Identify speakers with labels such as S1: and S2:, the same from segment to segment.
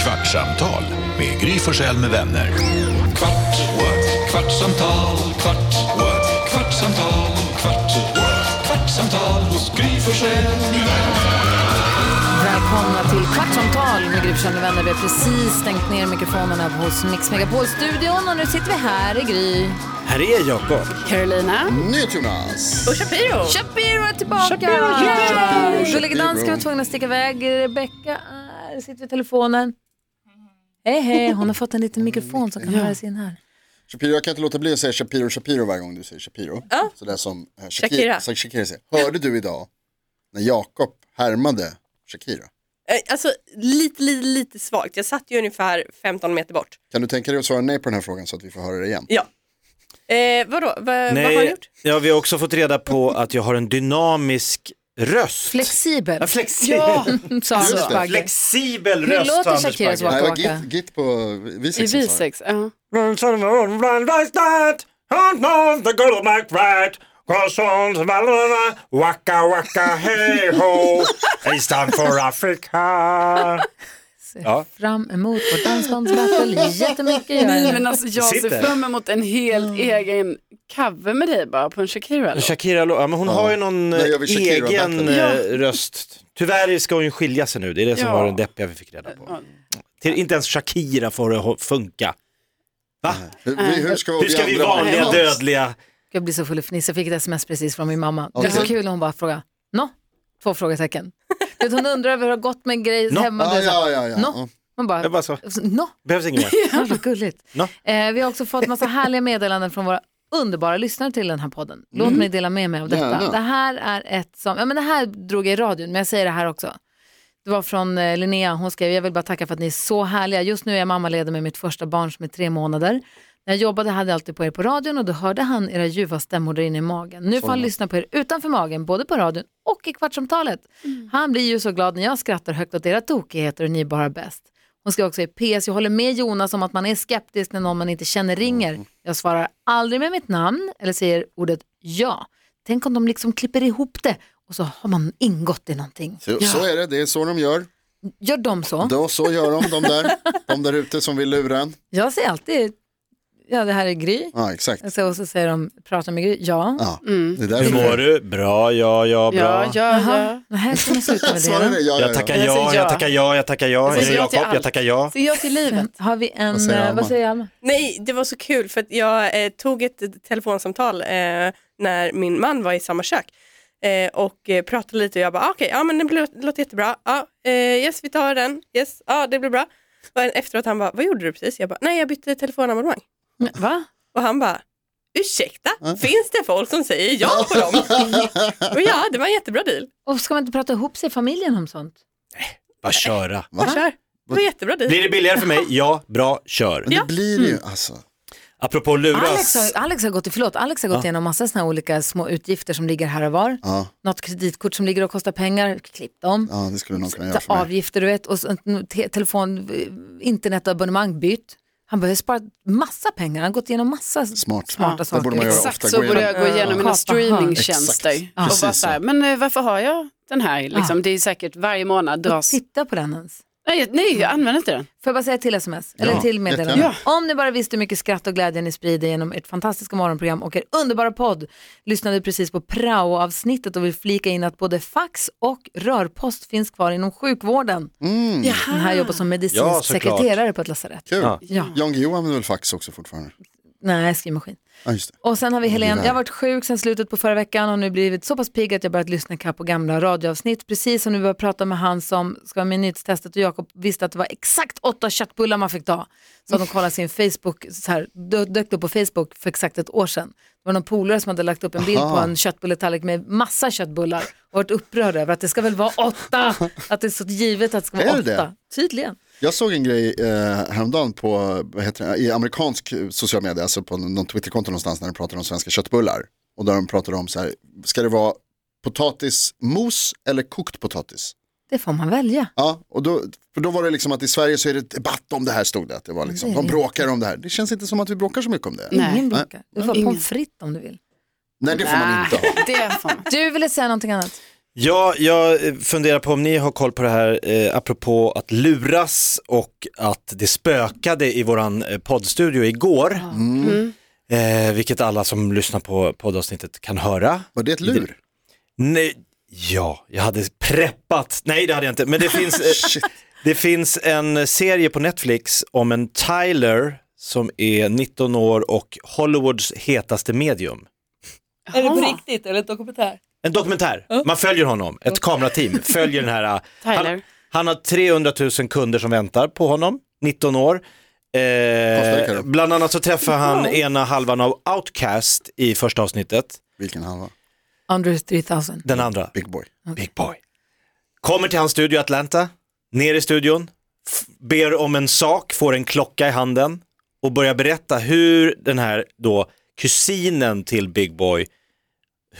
S1: Kvartsamtal med Gry Forssell med vänner. Kvart, what? kvartsamtal, kvart, what? kvartsamtal, kvart, what? kvartsamtal hos Gry Forssell med vänner.
S2: Välkomna till Kvartsamtal med Gry Forssell med vänner. Vi har precis stängt ner mikrofonerna hos Mix Megapol-studion och nu sitter vi här i Gry.
S3: Här är Jakob.
S4: Carolina.
S5: NyhetsJonas.
S4: Och Shapiro.
S2: Shapiro är tillbaka!
S4: Shapiro,
S2: Yay!
S5: Shapiro.
S2: Gullige dansken var tvungen att sticka iväg. Rebecka är, sitter vid telefonen. Hej, hej. Hon har fått en liten mikrofon som kan höras in här.
S5: Shapiro, jag kan inte låta bli att säga Shapiro, Shapiro varje gång du säger Shapiro. Så det är som eh, Shakira,
S4: Shakira.
S5: Som Shakira säger. Hörde du idag när Jakob härmade Shakira?
S4: Eh, Alltså lite, lite, lite svagt. Jag satt ju ungefär 15 meter bort.
S5: Kan du tänka dig att svara nej på den här frågan så att vi får höra det igen?
S4: Ja. Eh, vadå, Va, vad har ni gjort?
S3: ja, vi har också fått reda på att jag har en dynamisk röst.
S2: Flexibel,
S3: ja, flexibel. Ja.
S4: Mm.
S2: sa han
S5: Just det.
S2: Bagge.
S3: flexibel
S2: Hur
S3: röst.
S2: låter
S3: Anders
S2: Shakira
S3: Bagge.
S2: så?
S5: Nej, det var
S2: tillbaka.
S5: Git, git på Visex. som
S4: I
S5: sa det.
S4: bisex, ja.
S3: Blind like that. Don't know the good like that. Cause on the banana, Waka waka hey ho. It's time for Africa. Ja.
S2: Fram emot vårt dansbandsbattle jättemycket. gör jag.
S5: Mm.
S4: Men alltså jag
S3: Sitter.
S4: ser fram emot en helt egen cover med dig bara på en Shakira. låt.
S3: Shakira, lo- ja, men hon har ju någon eh,
S5: Där gör vi Shakira
S3: egen
S5: battle.
S3: eh, röst. Tyvärr ska hon ju skilja sig nu, det är det som
S4: Ja.
S3: var den deppiga vi fick reda på. Till, inte ens Shakira får det ho- funka. Va?
S5: Hur, vi- hur ska
S3: Hur ska vi
S5: andra vara?
S3: vanliga dödliga...
S2: Jag blir så full i fniss. Jag fick ett sms precis från min mamma. Det var så
S5: Okej.
S2: kul. Hon bara frågade, nå? Två frågetecken. Du vet, hon undrar över hur det har gått med grejer
S3: Nå?
S2: hemma.
S5: Ja,
S2: Det är så här,
S5: ja, ja, ja.
S2: Nå?
S5: Ja.
S2: Man
S3: Jag
S2: bara,
S3: bara så,
S2: nå?
S3: behövs inget mer.
S2: Ja, vad gulligt.
S3: Nå?
S2: Eh, vi har också fått massa härliga meddelanden från våra underbara lyssnare till den här podden. Låt mig dela med mig av detta.
S5: Gärna.
S2: Det här är ett som, ja men det här drog jag i radion, men jag säger det här också. Det var från eh, Linnea, hon skrev, jag vill bara tacka för att ni är så härliga. Just nu är jag mammaledig med mitt första barn som är tre månader. När jag jobbade hade jag alltid på er på radion och då hörde han era ljuva stämmor där inne i magen. Nu får han lyssna på er utanför magen, både på radion och i kvartsamtalet. Han blir ju så glad när jag skrattar högt åt era tokigheter och ni är bara bäst. Hon ska också i PS, jag håller med Jonas om att man är skeptisk när någon man inte känner ringer.
S5: Mm.
S2: Jag svarar aldrig med mitt namn eller säger ordet ja. Tänk om de liksom klipper ihop det och så har man ingått i någonting.
S5: Så, så är det, det är så de gör.
S2: Gör de så?
S5: Då, så gör de, de där, de där ute som vill lura en.
S2: Jag säger alltid, ja det här är Gry.
S5: Ja, exakt.
S2: Jag säger- Och så säger de, pratar med Gry, ja.
S5: Ja. Det är därför.
S3: Hur mår du? Bra, ja, ja, bra.
S4: Ja, ja, ja.
S2: Nej, ska man sluta med
S5: Svarar
S2: det
S5: det?
S2: då?
S5: Ja,
S3: Jag
S5: ja,
S3: tackar
S5: ja.
S4: Jag säger
S3: ja, jag
S4: ja.
S3: tackar ja, jag tackar ja.
S4: Jag
S3: Är det
S4: säger ja till
S3: Jakob? Jag
S4: allt.
S3: tackar ja.
S4: Så jag till livet.
S2: Har vi en,
S5: Vad säger
S2: eh,
S5: Alma?
S2: vad säger Alma?
S6: Nej, det var så kul för att jag eh, tog ett telefonsamtal eh, när min man var i samma kök eh, och eh, pratade lite och jag bara ah, okej, ja men det blir, låter jättebra, ja eh, yes vi tar den, yes, ja det blir bra. Och efteråt han bara, vad gjorde du precis? Jag bara, nej jag bytte telefonabonnemang.
S2: Va?
S6: Och han bara, ursäkta, finns det folk som säger ja på dem? och ja, det var en jättebra deal,
S2: Och ska man inte prata ihop sig i familjen om sånt?
S3: Bara köra.
S6: bara kör. Det var en jättebra deal.
S3: Blir det billigare för mig? Ja, bra, kör.
S5: Men det blir det ju, alltså.
S3: Apropå
S2: Alex har,
S3: luras.
S2: Alex har gått, förlåt, Alex har gått igenom massa såna här olika små utgifter som ligger här och var.
S5: Ja,
S2: Något kreditkort som ligger och kostar pengar, klipp dem.
S5: ja, det skulle någon kunna göra för mig.
S2: Avgifter du vet och så, te, telefon, eh, internetabonnemang bytt. Han behöver spara massa pengar, han har gått igenom massa
S5: Smart.
S2: smarta
S5: Det
S2: saker.
S5: borde man göra.
S4: Exakt
S5: ofta
S4: så
S5: gå
S4: borde
S5: igenom.
S4: jag gå igenom mina
S2: Kapa
S4: streamingtjänster.
S5: Exakt.
S4: Och bara
S5: Precis
S4: så här, men eh, varför har jag den här? Liksom,
S2: Ja.
S4: Det är säkert varje månad dras.
S2: Titta på den ens.
S4: Nej, nej, jag använder inte den.
S2: Får jag bara säga till sms? Eller till meddelande?
S5: jättegärna.
S2: Om ni bara visste hur mycket skratt och glädje ni sprider genom ert fantastiska morgonprogram och er underbara podd. Lyssnade precis på prao-avsnittet och vill flika in att både fax och rörpost finns kvar inom sjukvården.
S5: Mm.
S2: Den här jobbar som medicinsk
S3: Ja, såklart.
S2: sekreterare på ett lasarett.
S5: Kul.
S3: Ja.
S2: Ja.
S5: Jan Guillou använder väl fax också fortfarande?
S2: Nej, skrivmaskin.
S5: Ja, just det.
S2: Och sen har vi Helene,
S5: där.
S2: jag har varit sjuk sen slutet på förra veckan och nu blivit så pass pigg att jag börjat lyssna kapp på gamla radioavsnitt. Precis som nu började prata med han som ska vara med i nyhetstestet och Jakob visste att det var exakt åtta köttbullar man fick ta. Så att de kollade sin Facebook, så här, dö- dök det upp på Facebook för exakt ett år sedan. Det var någon polare som hade lagt upp en bild på en köttbulletallrik med massa köttbullar och varit upprörd över att det ska väl vara åtta, att det är så givet att det ska vara
S5: Är
S2: åtta.
S5: det det?
S2: Tydligen.
S5: Jag såg en grej eh, häromdagen på, vad heter det, i amerikansk social media, alltså på någon Twitterkonto någonstans när de pratade om svenska köttbullar. Och där de pratade om så här, ska det vara potatismos eller kokt potatis?
S2: Det får man välja.
S5: Ja, och då, för då var det liksom att i Sverige så är det debatt om det här stod det. Att det var liksom,
S2: Det är
S5: de
S2: det.
S5: bråkar om det här. Det känns inte som att vi bråkar så mycket om det. Nej,
S4: Nej.
S2: Ingen bråkar. Du får ha
S4: Ingen.
S2: pommes frites om du vill.
S5: det får man inte ha.
S4: Det får man.
S2: Du ville säga någonting annat?
S7: Ja, jag eh, funderar på om ni har koll på det här eh, apropå att luras och att det spökade i våran eh, poddstudio igår.
S4: Mm.
S7: Eh, vilket alla som lyssnar på poddavsnittet kan höra.
S5: Var det ett lur?
S7: Nej, ja, jag hade preppat. Nej, det hade jag inte. Men det finns, eh, det finns en serie på Netflix om en Tyler som är 19 år och Hollywoods hetaste medium.
S6: Är det på riktigt eller ett dokumentär?
S7: En dokumentär, man följer honom, ett kamerateam följer den här.
S4: Tyler.
S7: Han, han har 300 000 kunder som väntar på honom, 19 år. Eh,
S5: Rica.
S7: bland annat så träffar han ena halvan av Outcast i första avsnittet,
S5: Vilken halva?
S2: Under 3000.
S7: den andra.
S5: Big boy.
S7: Big boy. Kommer till hans studio i Atlanta, ner i studion, f- ber om en sak, får en klocka i handen och börjar berätta hur den här då kusinen till Big Boy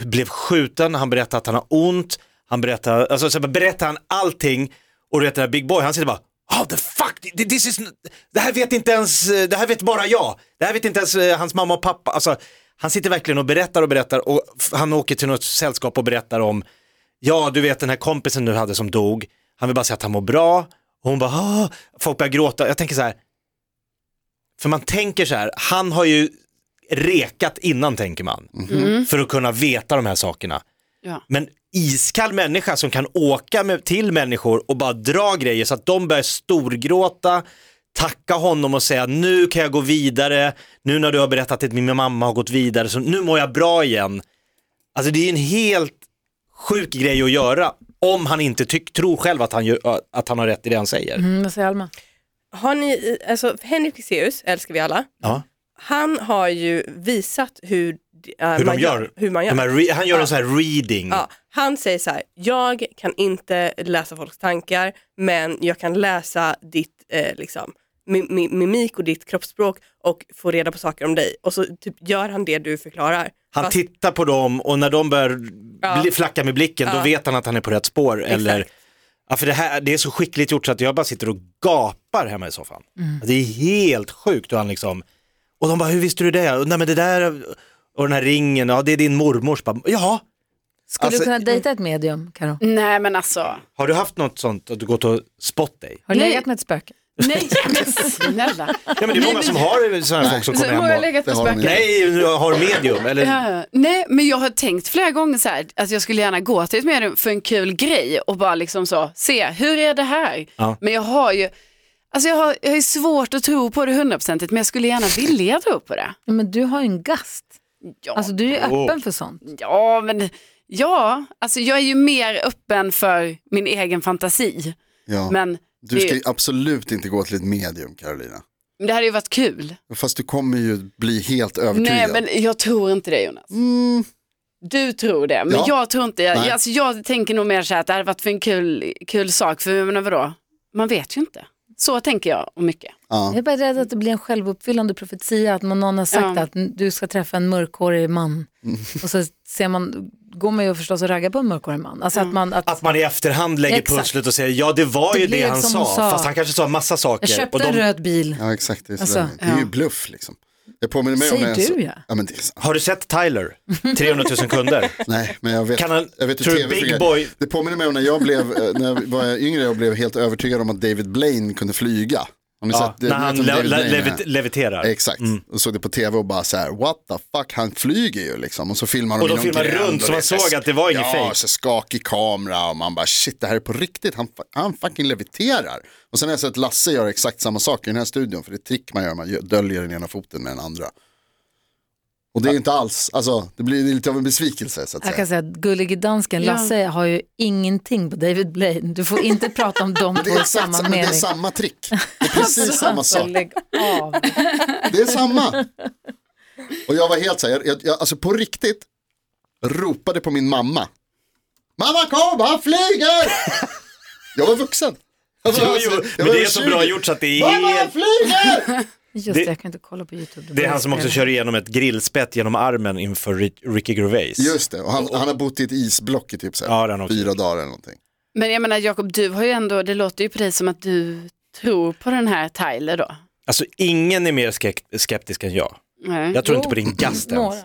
S7: blev skjuten, han berättar att han har ont, han berättar, alltså så berättar han allting och du vet den här Big Boy, han sitter bara Oh, the fuck, Th- this is, n- det här vet inte ens, eh, det här vet bara jag, det här vet inte ens eh, hans mamma och pappa, alltså han sitter verkligen och berättar och berättar och f- han åker till något sällskap och berättar om ja du vet den här kompisen du hade som dog, han vill bara säga att han mår bra, och hon bara, ah. folk börjar gråta, jag tänker så här, för man tänker så här, han har ju rekat innan tänker man, för att kunna veta de här sakerna.
S4: Ja.
S7: Men iskall människa som kan åka med, till människor och bara dra grejer så att de börjar storgråta, tacka honom och säga nu kan jag gå vidare, nu när du har berättat att min mamma har gått vidare, så nu mår jag bra igen. Alltså det är ju en helt sjuk grej att göra om han inte tyck, tror själv att han, gör, att han har rätt i det han säger.
S2: Mm, vad säger Alma?
S6: Har ni, alltså Henrik Fexeus älskar vi alla.
S7: Ja.
S6: Han har ju visat hur, eh,
S7: Hur
S6: man
S7: de gör,
S6: Hur man gör.
S7: De här re, han gör
S6: Ja.
S7: en sån här reading.
S6: Ja, han säger så här, jag kan inte läsa folks tankar men jag kan läsa ditt eh, liksom, mi- mi- mimik och ditt kroppsspråk och få reda på saker om dig. Och så typ, gör han det du förklarar.
S7: Han
S6: Fast-
S7: tittar på dem och när de börjar bli, flacka med blicken då
S6: Ja.
S7: vet han att han är på rätt spår. Eller, ja, för det, här, det är så skickligt gjort så att jag bara sitter och gapar hemma i soffan. Det är helt sjukt. Och, han liksom, och de bara, hur visste du det? Och, Nej, men det där och den här ringen, ja det är din mormors. Bara, ja,
S2: Skulle
S7: Alltså-
S2: du kunna dejta ett medium, Karo?
S4: Nej men alltså.
S7: har du haft något sånt att du gått och spott dig?
S2: Har du
S4: Nej.
S2: legat med ett spöke?
S4: Nej men snälla.
S7: Ja, men det är många som har sådana folk som
S4: Så
S7: kommer
S4: har jag
S7: hem och,
S4: legat
S5: Det
S4: med
S5: har de
S4: spöken.
S5: inte.
S7: nej, nu har medium. Eller,
S4: Ja, ja. nej, men jag har tänkt flera gånger så här att jag skulle gärna gå till ett medium för en kul grej och bara liksom så, se, hur är det här?
S7: Ja.
S4: Men jag har ju, alltså jag har, jag har ju svårt att tro på det hundraprocentigt, men jag skulle gärna vilja tro på det.
S2: Ja, Men du har ju en gast.
S4: Ja,
S2: Alltså du är ju
S7: Åh.
S2: öppen för sånt.
S4: ja men ja, alltså jag är ju mer öppen för min egen fantasi,
S5: Ja.
S4: men
S5: Du ska
S4: det,
S5: ju absolut inte gå till ett medium, Carolina.
S4: det hade ju varit kul.
S5: Fast du kommer ju bli helt övertygad.
S4: Nej, men jag tror inte det Jonas. Du tror det, men
S5: Ja.
S4: jag tror inte jag,
S5: Nej.
S4: alltså, jag tänker nog mer så här att det hade varit för en kul, kul sak, för jag menar vadå, man vet ju inte. Så tänker jag om mycket.
S2: Jag
S5: ja.
S2: är bara rädd att det blir en självuppfyllande profetia, att någon någon har sagt
S4: Ja.
S2: att n- du ska träffa en mörkhårig man.
S7: Mm.
S2: Och så ser man, går man ju förstås och raggar på en mörkhårig man. Alltså att man, att,
S7: Att man i efterhand lägger
S2: Exakt.
S7: pusslet och säger ja det var
S2: Det
S7: ju det,
S2: blev
S7: han
S2: som
S7: sa.
S2: hon sa.
S7: fast han kanske sa massa saker.
S2: jag köpte
S7: och de-
S2: en röd bil.
S5: ja, exakt. Det är,
S2: Alltså,
S5: sådär. det är ju bluff liksom. Jag påminner mig
S2: Säger
S5: om
S2: du,
S5: så-
S2: ja.
S5: ja men det är sant.
S7: Har du sett Tyler? 300 000 kunder.
S5: Nej, men jag vet,
S7: Kan han-
S5: jag vet hur
S7: tror du
S5: tv
S7: Big
S5: fungerar.
S7: Boy-
S5: Det påminner mig om när jag, blev, eh, när jag var yngre och blev helt övertygad om att David Blaine kunde flyga. Har ni
S7: Ja,
S5: sett det?
S7: när
S5: Ni vet
S7: han
S5: vem
S7: le-
S5: David
S7: le-
S5: Blaine är?
S7: levit- leviterar.
S5: Exakt, och såg det på tv och bara så här, what the fuck, han flyger ju liksom. Och så filmar de
S7: Och de
S5: i någon
S7: filmar
S5: gränd
S7: runt,
S5: och
S7: så
S5: det
S7: man
S5: är
S7: såg att det var ingen
S5: ja,
S7: fake.
S5: Ja, så skakig kamera och man bara shit, det här är på riktigt, han, fa- han fucking leviterar. Och sen har jag sett Lasse göra exakt samma sak i den här studion, för det är ett trick man gör, man gö- döljer den ena foten med den andra. Och det är inte alls, alltså det blir lite av en besvikelse så att
S2: Jag
S5: säga.
S2: kan säga att gullige dansken
S4: Ja.
S2: Lasse har ju ingenting på David Blaine. Du får inte prata om dem
S5: Men det
S2: två
S5: är
S2: i
S5: exakt
S2: samma
S5: samma, men det
S2: mening. Alltså,
S5: är samma trick. Det är precis samma
S4: Alltså,
S5: sak.
S2: Lägg av.
S5: Det är samma. Och jag var helt så här, jag, jag, alltså på riktigt ropade på min mamma. Mamma kom, han flyger! Jag var vuxen. Jag var-
S7: Jo, jo,
S5: jag
S7: men
S5: var
S7: det är så
S5: 20.
S7: bra gjort så att det är
S5: Mamma, han
S7: helt...
S5: flyger!
S2: Just det, jag kan inte kolla på YouTube.
S7: Det är han som också kör igenom ett grillspett genom armen inför Ri- Ricky Gervais.
S5: Just det, och han, han har bott i ett isblock i typ så
S7: Ja, det har
S5: här,
S7: han också
S5: fyra dagar eller någonting.
S4: Men jag menar Jakob, du har ju ändå, det låter ju på dig som att du tror på den här Tyler då.
S7: Alltså ingen är mer skek- skeptisk än jag.
S4: Nej.
S7: Jag tror inte på din gast ens.
S2: Några.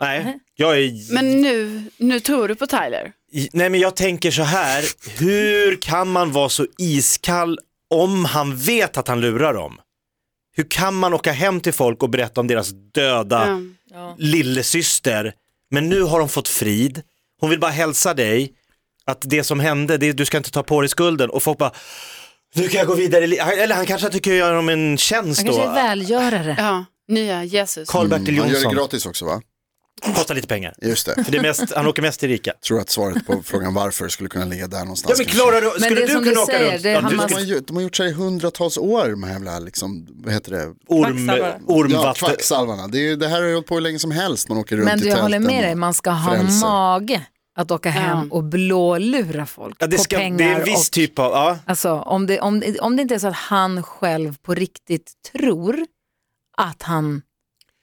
S7: Nej, jag är...
S4: Men nu, nu tror du på Tyler?
S7: I- Nej men jag tänker så här, hur kan man vara så iskall om han vet att han lurar dem? Hur kan man åka hem till folk och berätta om deras döda
S4: Ja.
S7: lillesyster, men nu har hon fått frid, hon vill bara hälsa dig att det som hände, det, du ska inte ta på dig skulden och folk bara, nu kan jag gå vidare, i li-" Han- eller han kanske tycker jag gör dem en tjänst
S2: Han kanske är
S7: då,
S2: välgörare.
S4: ja, nya Jesus.
S7: Karl-Bertil
S5: Mm, Han gör det
S7: Jonsson,
S5: gratis också va?
S7: kostar lite pengar,
S5: Just det.
S7: för det är mest, han åker mest till rika.
S5: tror att svaret på frågan varför skulle kunna ligga där någonstans.
S7: Ja men
S5: kanske.
S7: klarar du,
S2: Men
S7: skulle
S2: det är
S7: du
S2: som du
S7: kunna åka
S2: säger,
S7: runt?
S2: det är
S7: Ja, du
S5: De
S2: Hamas-
S5: har,
S7: skulle,
S5: gjort, de har gjort sig i hundratals år de här jävla, liksom, vad heter det?
S7: orm,
S6: Kvacksalvare.
S5: Ja,
S7: ormvatten,
S5: kvacksalvarna. Det, är, ju- det här har ju hållit på hur länge som helst. Man åker runt
S2: Men
S5: i
S2: du, jag håller
S5: tälten
S2: med dig,
S5: och
S2: man ska ha
S5: frälser.
S2: mage att åka hem och blålura folk
S7: Ja, det,
S2: på
S7: ska,
S2: pengar.
S7: det är en viss
S2: och,
S7: typ av, ja.
S2: alltså, om, det, om, om det inte är så att han själv på riktigt tror att han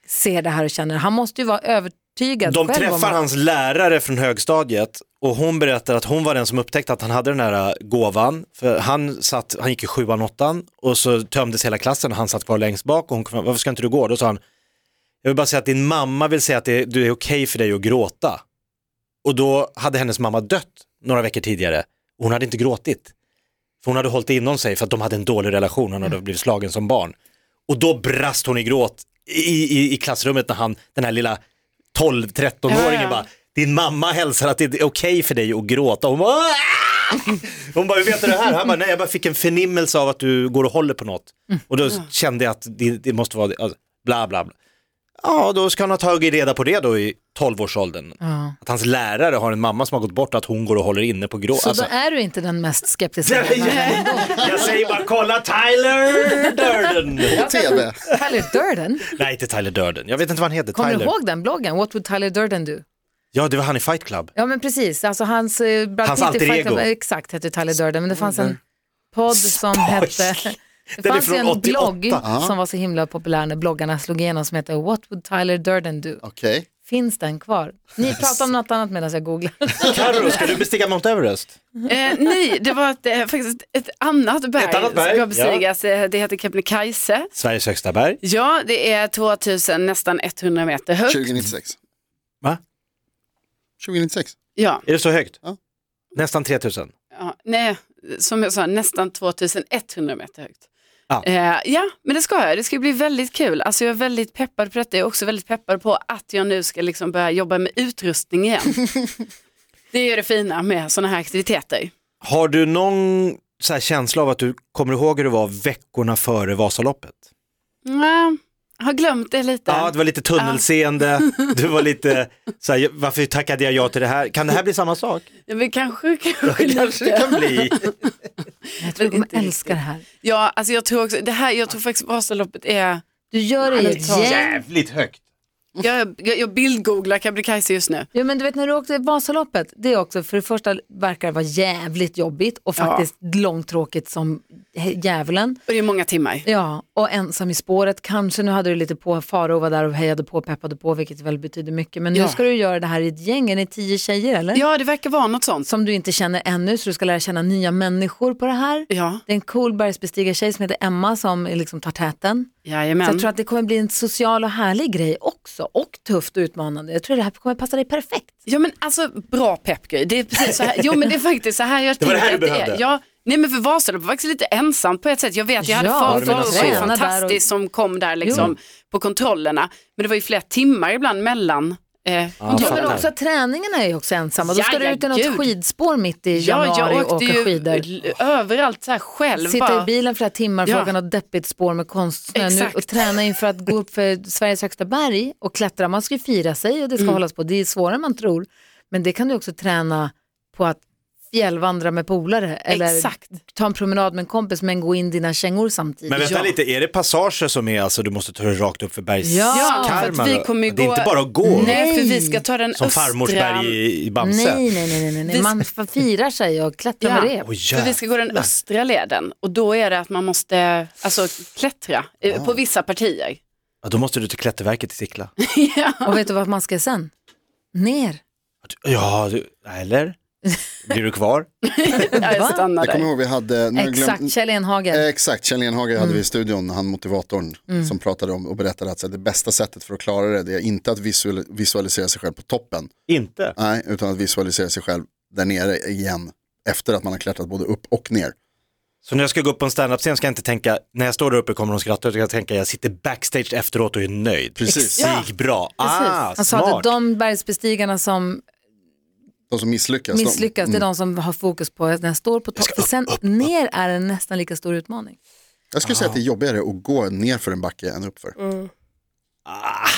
S2: ser det här och känner det. Han måste ju vara övertygad
S7: De
S2: själv om
S7: träffar hans lärare från högstadiet och hon berättar att hon var den som upptäckte att han hade den här äh, gåvan. För han, satt, han gick i sjuan, åttan och så tömdes hela klassen och han satt kvar längst bak och hon kom, varför ska inte du gå? Då sa han, jag vill bara säga att din mamma vill säga att det, du är okej för dig att gråta. Och då hade hennes mamma dött några veckor tidigare och hon hade inte gråtit. För hon hade hållit det inom sig för att de hade en dålig relation, hon hade
S2: Mm.
S7: blivit slagen som barn. Och då brast hon i gråt i, i, i klassrummet när han, den här lilla 12-13-åringen
S4: Ja, ja.
S7: bara, din mamma hälsar att det är okej för dig att gråta. Hon bara, "Aah!" hon bara, hur vet du det här? Han bara, nej jag bara fick en förnimmelse av att du går och håller på något.
S2: Mm.
S7: Och då kände jag att det, det måste vara, det." alltså, bla bla bla. Ja, då ska han ha tagit reda på det då i 12-årsåldern.
S2: Ja.
S7: Att hans lärare har en mamma som har gått bort och att hon går och håller inne på grå.
S2: Så
S7: alltså,
S2: då är du inte den mest skeptiska.
S7: Nej, Jag säger bara kolla Tyler Durden.
S5: TV.
S2: Tyler Durden,
S7: Nej, inte Tyler Durden. Jag vet inte vad han heter.
S2: kommer
S7: Tyler.
S2: du ihåg den bloggen? What would Tyler Durden do?
S7: Ja, det var han i Fight Club.
S2: Ja men precis, alltså hans, eh, Brad
S7: Hans
S2: Pitt i
S7: alter
S2: Fight
S7: ego. Mm.
S2: Club, exakt hette Tyler Durden, men det fanns en podd som hette, det
S7: Den är
S2: fanns ju
S7: från
S2: en
S7: 88.
S2: blogg som var så himla populär när bloggarna slog igenom som hette What would Tyler Durden do?
S5: Okej.
S2: Finns den kvar? Ni pratar om något annat medan jag googlar.
S7: Carro, ska du bestiga Mount Everest?
S4: Eh, nej, det var ett, eh, faktiskt ett annat berg,
S7: Ett annat berg,
S4: som ska bestigas. Eh, Det heter Kebnekaise.
S7: Sveriges högsta berg.
S4: Ja, det är 2000, nästan 100 meter högt.
S5: 2096.
S7: Va?
S5: 2096.
S4: Ja,
S7: Är det så högt?
S5: Ja.
S7: Nästan 3000.
S4: ja, nej, som jag sa, nästan 2100 meter högt.
S7: Ja.
S4: Eh, ja, men det ska jag. Det ska bli väldigt kul. Alltså jag är väldigt peppad på detta. Jag är också väldigt peppad på att jag nu ska liksom börja jobba med utrustning igen. det är ju det fina med sådana här aktiviteter.
S7: Har du någon så här känsla av att du kommer ihåg hur det var veckorna före Vasaloppet?
S4: Mm, jag har glömt det lite.
S7: Ja, det var lite tunnelseende, du var lite så här, varför tackade jag ja till det här? Kan det här bli samma sak?
S4: Ja, Men kanske, kanske,
S7: Kanske
S4: lite.
S7: det kan bli.
S2: Jag tror du kommer
S4: inte riktigt.
S2: älska det här.
S4: Ja, alltså jag tror också, det här, jag tror faktiskt Vasaloppet är,
S2: Du gör det i ett
S4: Alltså,
S2: gäng.
S7: Jävligt högt.
S4: jag, jag, jag bildgooglar Kebnekaise just nu.
S2: Ja, men du vet när du åkte Vasaloppet, det är också för det första verkar det vara jävligt jobbigt och
S4: Ja.
S2: faktiskt långtråkigt som djävulen.
S4: Och det är många timmar.
S2: Ja, och ensam i spåret. Kanske nu hade du lite på, Faro var där och hejade på, peppade på, vilket väl betyder mycket. Men nu
S4: Ja.
S2: ska du göra det här i ett gäng, är ni tio tjejer eller?
S4: Ja, det verkar vara något sånt.
S2: Som du inte känner ännu, så du ska lära känna nya människor på det här.
S4: Ja,
S2: Det är en cool bergsbestigartjej som heter Emma som är liksom tar täten.
S4: jajamän.
S2: Så jag tror att det kommer bli en social och härlig grej också. Och tufft och utmanande. Jag tror det här kommer passa dig perfekt.
S4: Ja men alltså bra peppgrej, det är precis så här, jo men det är faktiskt så här jag
S7: var det här
S4: tänker
S7: du
S4: att det är.
S7: behövde.
S4: Ja, nej men för Vasaloppet var faktiskt lite ensamt på ett sätt. Jag vet, jag hade
S2: Ja,
S4: ja,
S2: du
S7: menar
S4: folk
S7: så.
S4: var
S2: Träna där och-
S4: fantastiskt som kom där liksom på kontrollerna. Men det var ju flera timmar ibland mellan eh,
S2: Ja,
S7: fattar.
S2: men också att träningarna är ju också ensamma. Då ska
S4: Ja,
S2: du
S4: ja,
S2: ut i något
S4: gud.
S2: skidspår mitt i
S4: Ja,
S2: januari
S4: jag
S2: och
S4: åkte
S2: åka
S4: ju
S2: skidor.
S4: l- överallt så här själv.
S2: Sitta
S4: bara.
S2: i bilen flera timmar för
S4: Ja.
S2: att åka något deppigt spår med konstsnö nu
S4: Exakt.
S2: och träna inför att gå upp för Sveriges högsta berg och klättra. Man ska ju fira sig och det ska
S4: Mm.
S2: hållas på. Det är svårare än man tror. Men det kan du också träna på att fjällvandra med polare eller
S4: Exakt.
S2: ta en promenad med en kompis men gå in dina kängor samtidigt.
S7: Men vänta
S4: Ja.
S7: lite, är det passager som är alltså du måste ta dig rakt upp för
S2: Ja,
S7: bergskarmar?
S4: Ja, för att vi kommer ju
S7: Det är
S4: gå-
S7: inte bara att gå
S4: Nej, för vi
S2: Nej.
S4: ska ta den
S7: som
S4: östra.
S7: farmors berg i, i Bamse.
S2: Nej, nej, nej, nej, nej.
S4: Vi-
S2: man f- firar sig och klättrar
S4: Ja.
S2: med rep.
S7: Åh,
S4: För vi ska gå den
S7: jävlar.
S4: östra leden och då är det att man måste alltså, klättra eh, på vissa partier.
S7: ja, då måste du till klätterverket i Sickla.
S4: ja.
S2: Och vet du vad man ska sen? Ner.
S7: Ja, du, eller? Blir du kvar?
S4: Ja, jag stannar
S5: Jag kommer
S4: där.
S5: ihåg vi hade... nu har jag glömt-
S2: Exakt, Kjell Mm. Enhager.
S5: Eh, Exakt, Kjell Enhage hade vi i studion, han motivatorn som pratade om och berättade att så här, det bästa sättet för att klara det, det är inte att visual, visualisera sig själv på toppen,
S7: Inte?
S5: nej, utan att visualisera sig själv där nere igen efter att man har klättrat både upp och ner.
S7: Så när jag ska gå upp på en standup-scen ska jag inte tänka, när jag står där uppe kommer de skratta, utan jag ska tänka jag sitter backstage efteråt och är nöjd.
S5: Precis.
S7: Det gick bra. Ah,
S2: Han sa att
S7: smart.
S2: de bergsbestigarna som
S5: De som misslyckas. de- Mm.
S2: misslyckas, det är de som har fokus på att den står på topp. För sen ner är en nästan lika stor utmaning.
S5: Mm. Jag skulle säga att det är jobbigare att gå ner för en backe än uppför.
S2: Mm.
S7: Ah.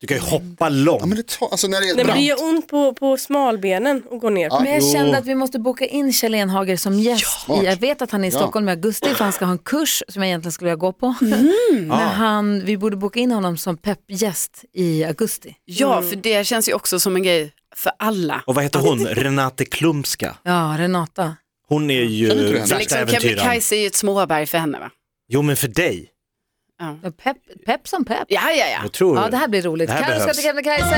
S7: Du kan ju hoppa
S5: Ja, men
S7: långt.
S5: det tar, alltså när det är
S6: Det
S5: brant.
S6: blir ju ont på, på smalbenen att gå ner. på.
S2: Men jag
S5: Jo.
S2: kände att vi måste boka in Kjell Enhager som gäst.
S5: Ja.
S2: i, jag vet att han är i
S5: Ja.
S2: Stockholm i augusti för han ska ha en kurs som jag egentligen skulle vilja gå på.
S7: Ah.
S2: Men han, vi borde boka in honom som peppgäst i augusti.
S4: Ja,
S5: Mm.
S4: för det känns ju också som en grej för alla.
S7: Och vad heter hon? Renate Klumska.
S2: Ja, Renata.
S7: Hon är ju
S5: Känner du henne?
S7: värsta
S4: Liksom,
S7: äventyraren.
S4: Kebnekaise är ju ett småberg för henne va?
S7: Jo men för dig.
S4: Ja,
S2: Ja, Pepp, pepp som pepp.
S4: ja, ja. ja.
S7: Jag tror
S2: Ja, det här blir roligt.
S7: Det här
S2: Carro ska
S7: behövs.
S2: till Kebnekaise.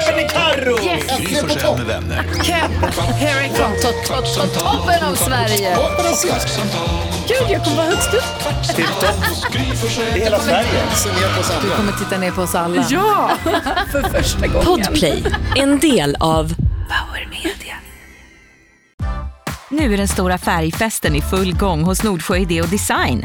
S1: Gry Forssell med vänner.
S4: Keb, here it comes.
S2: Toppen av Sverige.
S1: Kvartsamtal,
S4: Gud, jag kommer vara högst upp.
S1: kvartsamtal hos Gry Forssell.
S2: Du kommer titta ner på oss alla.
S4: Ja, för första gången.
S8: Podplay, en del av Power Media.
S9: Nu är den stora färgfesten i full gång hos Nordsjö Idé och Design.